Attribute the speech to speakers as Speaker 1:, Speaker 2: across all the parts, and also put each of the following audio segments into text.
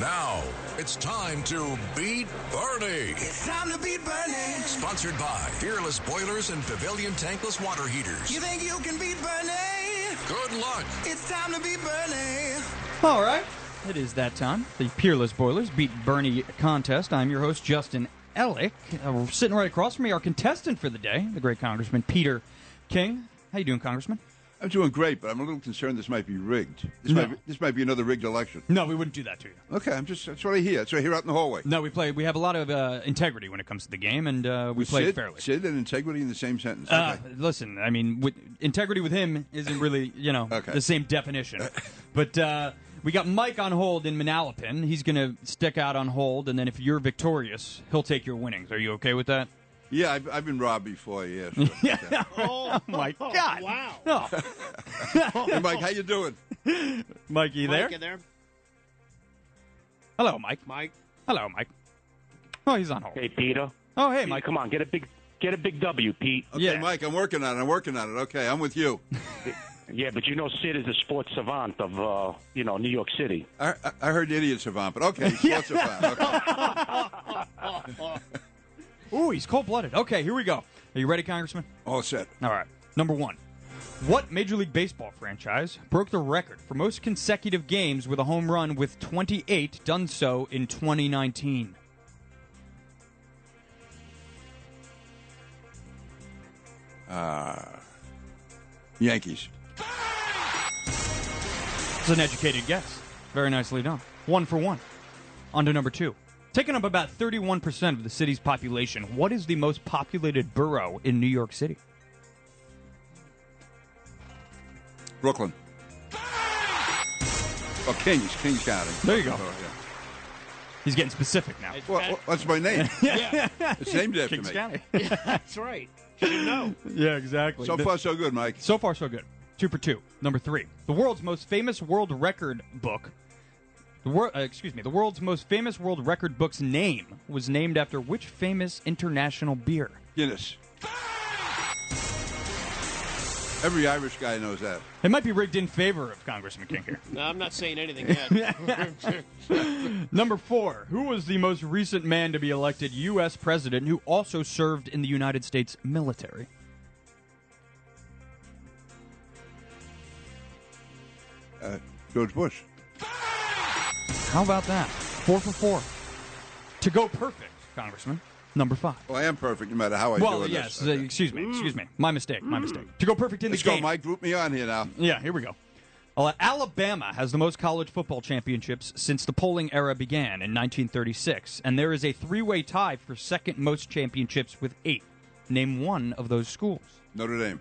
Speaker 1: Now it's time to beat Bernie.
Speaker 2: It's time to beat Bernie.
Speaker 1: Sponsored by Fearless Boilers and Pavilion Tankless Water Heaters.
Speaker 2: You think you can beat Bernie?
Speaker 1: Good luck.
Speaker 2: It's time to beat Bernie.
Speaker 3: All right. It is that time. The Peerless Boilers Beat Bernie contest. I'm your host, Justin Ellick. Uh, sitting right across from me, our contestant for the day, the great Congressman Peter King. How you doing, Congressman?
Speaker 4: I'm doing great, but I'm a little concerned this might be rigged. This,
Speaker 3: No.
Speaker 4: might, be, this might be another rigged election.
Speaker 3: No, we wouldn't do that to you.
Speaker 4: Okay, I'm just, that's what I hear. That's what I hear out in the hallway.
Speaker 3: No, we play. We have a lot of uh, integrity when it comes to the game, and uh, we play it
Speaker 4: Sid,
Speaker 3: fairly.
Speaker 4: Sid and integrity in the same sentence.
Speaker 3: Uh,
Speaker 4: Okay.
Speaker 3: listen, I mean, with, integrity with him isn't really, you know,
Speaker 4: Okay.
Speaker 3: the same definition. But uh, we got Mike on hold in Manalapan. He's going to stick out on hold, and then if you're victorious, he'll take your winnings. Are you okay with that?
Speaker 4: yeah, I've, I've been robbed before, yeah. sure. Okay.
Speaker 3: Oh, my God! Wow.
Speaker 4: hey, Mike, how you doing?
Speaker 3: Mike, you there?
Speaker 5: Mike in there.
Speaker 3: Hello, Mike.
Speaker 5: Mike.
Speaker 3: Hello, Mike. Oh, he's on hold.
Speaker 6: Hey, Peter.
Speaker 3: Oh, hey,
Speaker 6: Peter,
Speaker 3: Mike.
Speaker 6: Come on, get a big, get a big W, Pete.
Speaker 4: Okay,
Speaker 3: Yeah.
Speaker 4: Mike, I'm working on it. I'm working on it. Okay, I'm with you.
Speaker 6: Yeah, but you know Sid is a sports savant of, uh, you know, New York City.
Speaker 4: I, I, I heard idiot savant, but okay, sports savant. Okay.
Speaker 3: Ooh, he's cold-blooded. Okay, here we go. Are you ready, Congressman?
Speaker 4: All set.
Speaker 3: All right. Number one. What Major League Baseball franchise broke the record for most consecutive games with a home run with 28 done so in 2019?
Speaker 4: Yankees.
Speaker 3: It's an educated guess. Very nicely done. One for one. On to number two. Taking up about 31% of the city's population, what is the most populated borough in New York City?
Speaker 4: Brooklyn. Oh, Kings. Kings County.
Speaker 3: There you go.
Speaker 4: Oh, yeah.
Speaker 3: He's getting specific now.
Speaker 4: What, what- what's my name? It's named after
Speaker 3: Kings
Speaker 4: me.
Speaker 3: County.
Speaker 5: That's right. You know.
Speaker 3: yeah, exactly.
Speaker 4: So
Speaker 3: The-
Speaker 4: far, so good, Mike.
Speaker 3: So far, so good. Two for two. Number three, the world's most famous world record book. The wor- uh, excuse me, the world's most famous world record book's name was named after which famous international beer?
Speaker 4: Guinness. Every Irish guy knows that.
Speaker 3: It might be rigged in favor of Congressman King here.
Speaker 5: No, I'm not saying anything yet.
Speaker 3: Number four, who was the most recent man to be elected U.S. president who also served in the United States military?
Speaker 4: Uh, George Bush.
Speaker 3: How about that? Four for four. To go perfect, Congressman. Number five.
Speaker 4: Well, I am perfect no matter how I do
Speaker 3: Well,
Speaker 4: in
Speaker 3: yes.
Speaker 4: this. Okay. Mm.
Speaker 3: uh, Excuse me. Excuse me. My mistake. My mistake. To go perfect in
Speaker 4: Let's
Speaker 3: the
Speaker 4: go,
Speaker 3: game.
Speaker 4: Mike. Group me on here now.
Speaker 3: Yeah, here we go. Uh, Alabama has the most college football championships since the polling era began in 1936, and there is a three-way tie for second most championships with eight. Name one of those schools.
Speaker 4: Notre Dame.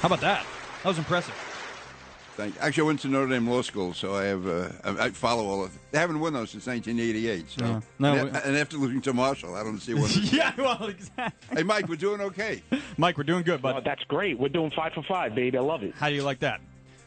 Speaker 3: How about that? That was impressive.
Speaker 4: Thank you. Actually, I went to Notre Dame Law School, so I have uh, I, I follow all of. They haven't won those since 1988. So,
Speaker 3: Yeah. Uh-huh. No,
Speaker 4: and,
Speaker 3: we-
Speaker 4: and after losing to Marshall, I don't see what.
Speaker 3: yeah, well, exactly.
Speaker 4: hey, Mike, we're doing okay.
Speaker 3: Mike, we're doing good,
Speaker 6: Oh,
Speaker 3: bud.
Speaker 6: that's great. We're doing five for five, baby. I love it.
Speaker 3: How do you like that?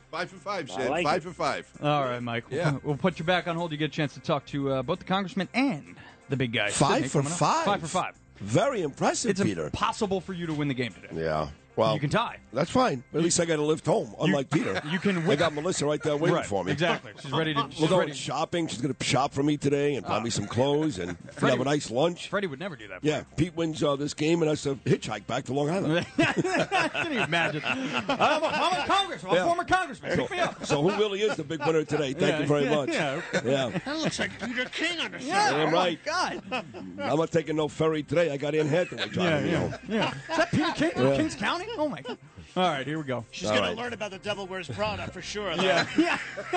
Speaker 4: Five for five,
Speaker 6: I
Speaker 4: Sid.
Speaker 6: like
Speaker 4: five
Speaker 6: it.
Speaker 4: for five.
Speaker 3: All right, Mike.
Speaker 4: Yeah.
Speaker 3: We'll, we'll put you back on hold. You get a chance to talk to uh, both the congressman and the big guy. Sydney,
Speaker 2: Five for
Speaker 3: coming up.
Speaker 2: five.
Speaker 3: Five for five.
Speaker 2: Very impressive,
Speaker 3: It's
Speaker 2: Peter.
Speaker 3: impossible for you to win the game today.
Speaker 2: yeah. Well,
Speaker 3: You can tie.
Speaker 2: That's fine. But at least I got to lift home, unlike Peter.
Speaker 3: you can
Speaker 2: I
Speaker 3: win.
Speaker 2: got Melissa right there waiting
Speaker 3: Right,
Speaker 2: for me.
Speaker 3: Exactly. She's ready to. She's
Speaker 2: We're going
Speaker 3: ready.
Speaker 2: shopping. She's going to shop for me today and buy me some clothes and
Speaker 3: Freddie-
Speaker 2: have a nice lunch.
Speaker 3: Freddie would never do that.
Speaker 2: Yeah, Pete wins uh, this game and has to hitchhike back to Long Island.
Speaker 3: Can you imagine? I'm a, I'm a congressman. I'm a
Speaker 2: Yeah.
Speaker 3: former congressman. Pick me up.
Speaker 2: So who really is the big winner today? Thank
Speaker 3: Yeah,
Speaker 2: you very
Speaker 3: yeah,
Speaker 2: much.
Speaker 3: yeah.
Speaker 2: yeah.
Speaker 5: that looks like Peter King on the show.
Speaker 3: Yeah,
Speaker 2: Damn
Speaker 3: oh
Speaker 2: right.
Speaker 3: My God.
Speaker 2: I'm not taking no ferry today. I got Anne Hathaway driving me home.
Speaker 3: yeah. Is that Peter King from
Speaker 2: Yeah.
Speaker 3: Kings County? Oh my God. All right, here we go.
Speaker 5: She's going
Speaker 2: right.
Speaker 5: to learn about the Devil Wears Prada for sure.
Speaker 3: yeah.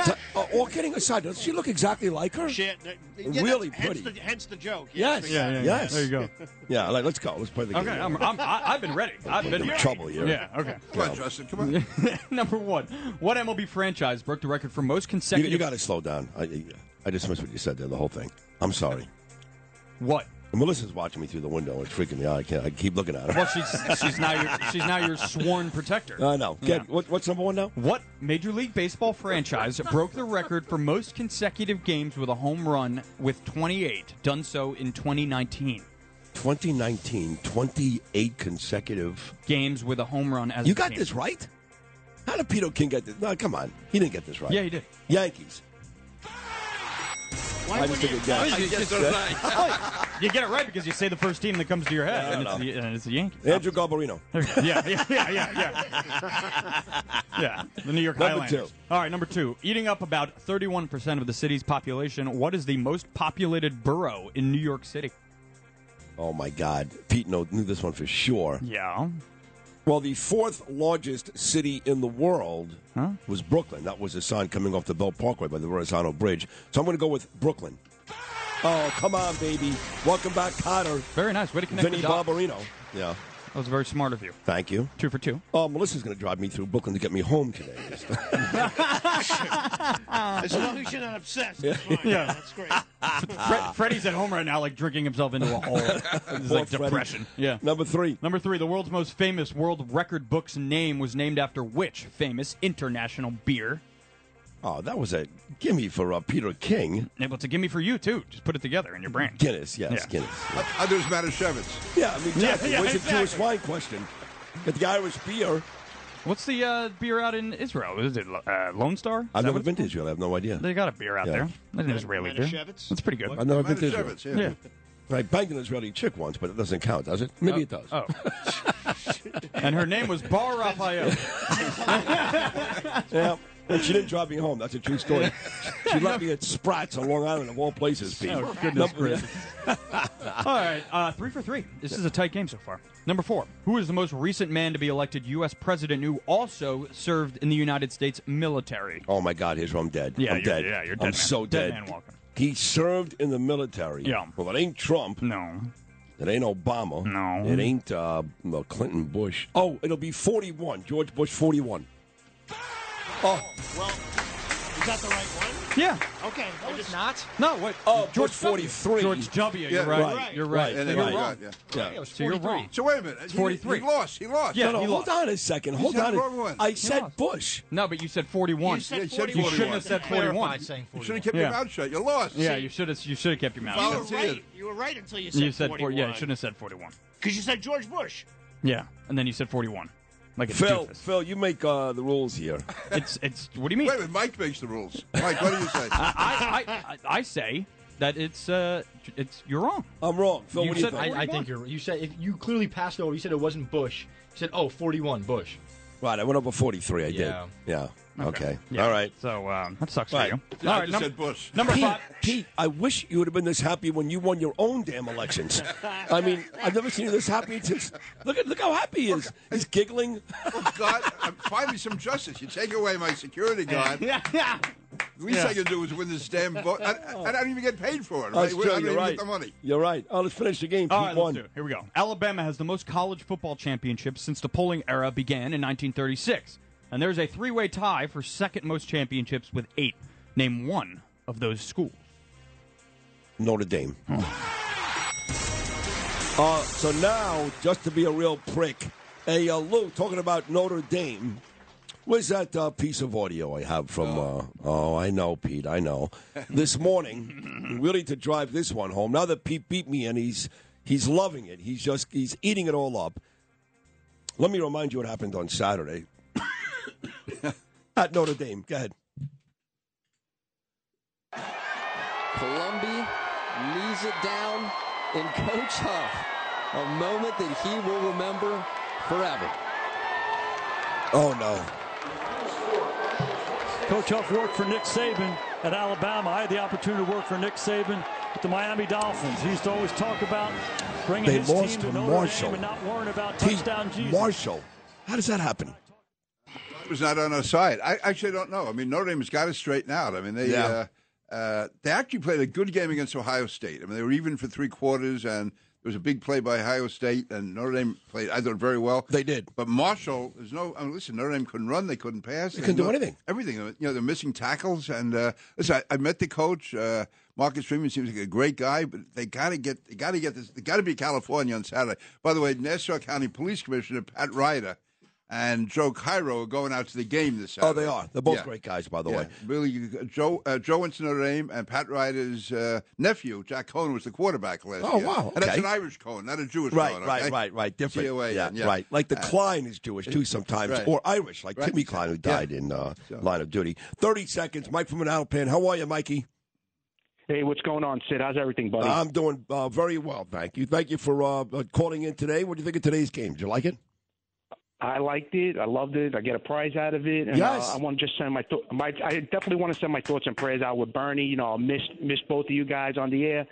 Speaker 2: So, uh, all kidding aside, doesn't she look exactly like her?
Speaker 5: She, yeah,
Speaker 2: Really
Speaker 5: that's- hence
Speaker 2: pretty.
Speaker 5: The, hence the joke.
Speaker 2: Yes.
Speaker 5: we got it.
Speaker 2: yeah. Yes.
Speaker 3: There you go.
Speaker 2: Yeah, like, let's go. Let's play the game.
Speaker 3: Okay, I'm, I'm, I, I've been ready. I've been
Speaker 2: in
Speaker 3: ready.
Speaker 2: trouble here.
Speaker 3: Yeah. Okay.
Speaker 4: Come on, Justin. Come on.
Speaker 3: Number one, what MLB franchise broke the record for most
Speaker 2: You,
Speaker 3: consecutive?
Speaker 2: you got to slow down. I- I, I just missed what you said there, the whole thing. I'm sorry.
Speaker 3: what?
Speaker 2: And Melissa's watching me through the window. It's freaking me out. I can't. I keep looking at her.
Speaker 3: Well, she's she's now your she's now your sworn protector.
Speaker 2: I know. Get, what, what's number one now?
Speaker 3: What Major League Baseball franchise broke the record for most consecutive games with a home run with 28, done so in 2019?
Speaker 2: 2019, 28 consecutive.
Speaker 3: Games with a home run as
Speaker 2: You
Speaker 3: a
Speaker 2: got
Speaker 3: team.
Speaker 2: this right? How did Pito King get this? No, come on. He didn't get this right.
Speaker 3: Yeah, he did.
Speaker 2: Yankees.
Speaker 5: Why
Speaker 2: I
Speaker 5: would
Speaker 2: just
Speaker 5: you?
Speaker 2: took a guess.
Speaker 4: I guess those are-
Speaker 3: You get it right because you say the first team that comes to your head, and, it's
Speaker 2: no.
Speaker 3: the, and it's the Yankees.
Speaker 2: Andrew Garbarino.
Speaker 3: There you go. Yeah, yeah, yeah, yeah, yeah. yeah, the New York
Speaker 2: Number
Speaker 3: Highlanders.
Speaker 2: two.
Speaker 3: All right, number two. Eating up about 31% of the city's population, what is the most populated borough in New York City?
Speaker 2: Oh, my God. Pete kno- knew this one for sure.
Speaker 3: Yeah.
Speaker 2: Well, the fourth largest city in the world was Brooklyn. That was a sign coming off the Bell Parkway by the Verrazano Bridge. So I'm going to go with Brooklyn. Oh, come on, baby. Welcome back, Cotter.
Speaker 3: Very nice. Way to connect
Speaker 2: Vinny
Speaker 3: the dots.
Speaker 2: Barbarino. Yeah.
Speaker 3: That was very smart of you.
Speaker 2: Thank you.
Speaker 3: Two for two.
Speaker 2: Oh, Melissa's going to drive me through Brooklyn to get me home today.
Speaker 5: As long as you're not obsessed, it's fine.
Speaker 3: Yeah.
Speaker 5: That's great.
Speaker 3: Fred, Freddie's at home right now, like drinking himself into a hole. It's like
Speaker 2: Ah. Poor Freddie.
Speaker 3: depression. Yeah.
Speaker 2: Number three.
Speaker 3: Number three, the world's most famous world record book's name was named after which famous international beer?
Speaker 2: Oh, that was a gimme for uh, Peter King.
Speaker 3: Able to give me for you too. Just put it together in your brain.
Speaker 2: Guinness, yes,
Speaker 3: Yeah.
Speaker 2: Guinness.
Speaker 4: Others matter Shevitz.
Speaker 2: Yeah, I mean, exactly.
Speaker 3: yeah,
Speaker 2: What's
Speaker 3: exactly.
Speaker 2: a Jewish wine question? Get the Irish beer.
Speaker 3: What's the uh, beer out in Israel? Is it uh, Lone Star? Is
Speaker 2: I've
Speaker 3: that
Speaker 2: never
Speaker 3: what
Speaker 2: been to Israel. I have no idea.
Speaker 3: it's- They got a beer out
Speaker 2: Yeah.
Speaker 3: there. That's an Israeli beer.
Speaker 5: Manischewitz?
Speaker 3: That's pretty good.
Speaker 2: I've never been to Israel.
Speaker 4: Manischewitz,
Speaker 3: Yeah.
Speaker 2: I banged an Israeli chick once, but it doesn't count, does it? Maybe it does.
Speaker 3: Oh. and her name was Bar Raphael.
Speaker 2: Yeah. And she didn't drive me home. That's a true story. she left me at Sprat's on Long Island of all places, Pete.
Speaker 3: Oh, goodness gracious. All right, uh, three for three. This is a tight game so far. Number four. Who is the most recent man to be elected U.S. president who also served in the United States military?
Speaker 2: Oh my God! Here's where I'm dead.
Speaker 3: Yeah,
Speaker 2: I'm
Speaker 3: you're-
Speaker 2: dead.
Speaker 3: yeah, you're dead
Speaker 2: I'm
Speaker 3: man.
Speaker 2: so
Speaker 3: Dead
Speaker 2: dead.
Speaker 3: man walking.
Speaker 2: He served in the military.
Speaker 3: Yeah.
Speaker 2: Well, it ain't Trump.
Speaker 3: No.
Speaker 2: It ain't Obama.
Speaker 3: No.
Speaker 2: It ain't uh, no, Clinton Bush. Oh, it'll be 41. George Bush 41. Oh,
Speaker 5: Well, is that the right one?
Speaker 3: Yeah.
Speaker 5: Okay. I just, not.
Speaker 3: No, wait.
Speaker 2: Oh,
Speaker 3: George
Speaker 2: Bush
Speaker 3: W.
Speaker 2: 43.
Speaker 3: George W.
Speaker 4: Yeah,
Speaker 3: you're right.
Speaker 2: right,
Speaker 3: You're right.
Speaker 2: right,
Speaker 4: And then
Speaker 3: you're
Speaker 4: he
Speaker 3: wrong.
Speaker 4: got- yeah.
Speaker 2: yeah.
Speaker 3: So you're wrong.
Speaker 4: So wait a minute. He-
Speaker 3: 43.
Speaker 4: He lost. He lost.
Speaker 3: Yeah.
Speaker 2: No,
Speaker 3: he
Speaker 2: hold
Speaker 3: lost.
Speaker 2: on a second. Hold
Speaker 4: said
Speaker 2: on. a-
Speaker 4: wrong one.
Speaker 2: I said
Speaker 3: lost.
Speaker 2: Bush.
Speaker 3: No, but you said 41.
Speaker 5: You said
Speaker 4: he said
Speaker 3: You
Speaker 5: 41.
Speaker 3: shouldn't have said 41.
Speaker 4: You should have kept
Speaker 3: Yeah.
Speaker 4: your mouth shut. You lost.
Speaker 3: Yeah, you should have. You should have kept your mouth.
Speaker 5: You were
Speaker 3: shut.
Speaker 4: Follow- Volunteered.
Speaker 5: right. You were right until you said
Speaker 3: You said four,
Speaker 5: 41.
Speaker 3: yeah. You shouldn't have said 41.
Speaker 5: Because you said George Bush.
Speaker 3: Yeah, and then you said 41. Like a
Speaker 2: Phil,
Speaker 3: doofus.
Speaker 2: Phil, you make uh, the rules here.
Speaker 3: It's it's. What do you mean?
Speaker 4: Wait a minute. Mike makes the rules. Mike, what do you say?
Speaker 3: I, I, I I say that it's uh it's you're wrong.
Speaker 2: I'm wrong. Phil,
Speaker 3: You
Speaker 2: what do you
Speaker 3: said-
Speaker 2: think?
Speaker 7: I, I think you're. You said if you clearly passed over. You said it wasn't Bush. You said oh 41 Bush.
Speaker 2: right, I went over 43. I
Speaker 7: Yeah.
Speaker 2: did. Yeah. Okay.
Speaker 3: Yeah.
Speaker 2: All right.
Speaker 3: So um, that sucks
Speaker 2: Right.
Speaker 3: for you.
Speaker 4: Yeah, I
Speaker 3: All right,
Speaker 4: just
Speaker 3: number,
Speaker 4: said Bush.
Speaker 3: number
Speaker 2: Pete,
Speaker 3: five.
Speaker 2: Pete, I wish you would have been this happy when you won your own damn elections. I mean, I've never seen you this happy since. Look at look how happy he is. He's giggling.
Speaker 4: Oh, God, I'm finally some justice. You take away my security guard.
Speaker 3: Yeah, yeah.
Speaker 4: The least I can do is win this damn vote. I, I don't even get paid for it.
Speaker 2: That's
Speaker 4: I,
Speaker 2: true.
Speaker 4: I don't
Speaker 2: You're
Speaker 4: even
Speaker 2: right.
Speaker 4: get the money.
Speaker 2: You're right. Oh, let's finish the game. Pete
Speaker 3: All right,
Speaker 2: won.
Speaker 3: let's do it. Here we go. Alabama has the most college football championships since the polling era began in 1936, and there's a three-way tie for second most championships with eight. Name one of those schools.
Speaker 2: Notre Dame. uh, so now, just to be a real prick, a uh, Lou talking about Notre Dame. Where's that uh, piece of audio I have from? Uh, oh, I know, Pete. I know. This morning, really to drive this one home. Now that Pete beat me and he's he's loving it. He's just he's eating it all up. Let me remind you what happened on Saturday at Notre Dame. Go ahead.
Speaker 8: Columbia knees it down, and Coach Huff, a moment that he will remember forever.
Speaker 2: Oh no.
Speaker 9: Coach Huff worked for Nick Saban at Alabama. I had the opportunity to work for Nick Saban at the Miami Dolphins. He used to always talk about bringing
Speaker 2: They
Speaker 9: his
Speaker 2: lost
Speaker 9: team
Speaker 2: to
Speaker 9: to Notre
Speaker 2: Marshall.
Speaker 9: Dame and not worrying about
Speaker 2: Pete
Speaker 9: touchdown Jesus.
Speaker 2: Marshall. How does that happen?
Speaker 4: was not on our side. I actually don't know. I mean, Notre Dame has got to straighten out. I mean, they
Speaker 2: Yeah.
Speaker 4: uh, uh, they actually played a good game against Ohio State. I mean, they were even for three quarters, and there was a big play by Ohio State, and Notre Dame played. I thought very well. They
Speaker 2: did,
Speaker 4: but Marshall, there's no. I mean, listen, Notre Dame couldn't run, they couldn't pass,
Speaker 2: They couldn't do
Speaker 4: no-
Speaker 2: anything.
Speaker 4: Everything. You know, they're missing tackles, and uh, listen, I, I met the coach. Uh, Marcus Freeman seems like a great guy, but they got to get they got to get this. They got to be California on Saturday. By the way, Nassau County Police Commissioner Pat Ryder and Joe Cairo are going out to the game this Saturday.
Speaker 2: Oh, they are. They're both great guys, by the way.
Speaker 4: Really, Joe uh, Joe went to Notre Dame, and Pat Ryder's uh, nephew Jack Cohen was the quarterback last
Speaker 2: Oh,
Speaker 4: year.
Speaker 2: wow,
Speaker 4: And that's
Speaker 2: okay.
Speaker 4: an Irish Cohen, not a Jewish
Speaker 2: Right,
Speaker 4: Cohen.
Speaker 2: right,
Speaker 4: okay?
Speaker 2: right, right. Different.
Speaker 4: C-O-A-N,
Speaker 2: yeah,
Speaker 4: yeah.
Speaker 2: right. Like the
Speaker 4: Uh,
Speaker 2: Klein is Jewish too sometimes,
Speaker 4: Right.
Speaker 2: or Irish, like
Speaker 4: Right.
Speaker 2: Timmy Klein who died in uh, line of duty. Thirty seconds, Mike from an Alpan. How are you, Mikey?
Speaker 6: Hey, what's going on, Sid? How's everything, buddy?
Speaker 2: I'm doing uh, very well, thank you. Thank you for uh, uh, calling in today. What do you think of today's game? Did you like it?
Speaker 6: I liked it. I loved it. I get a prize out of it. And,
Speaker 2: Yes.
Speaker 6: Uh, I want to just send my, th- my I definitely want to send my thoughts and prayers out with Bernie. You know, I miss miss both of you guys on the air.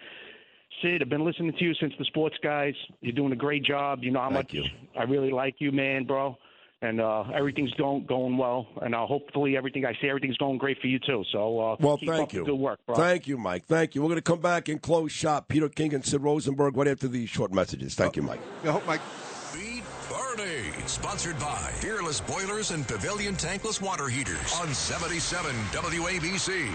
Speaker 6: Sid, I've been listening to you since the sports guys. You're doing a great job. You know how much I really like you, man, bro. And uh, everything's going going well. And uh, hopefully everything I see everything's going great for you too. So uh,
Speaker 2: Well,
Speaker 6: keep
Speaker 2: thank
Speaker 6: up the
Speaker 2: you.
Speaker 6: good work, bro.
Speaker 2: Thank you, Mike. Thank you. We're going to come back and close shop. Peter King and Sid Rosenberg right after these short messages. Thank you, Mike.
Speaker 4: I hope Mike.
Speaker 1: Beat Bernie. Sponsored by Fearless Boilers and Pavilion Tankless Water Heaters on 77 WABC.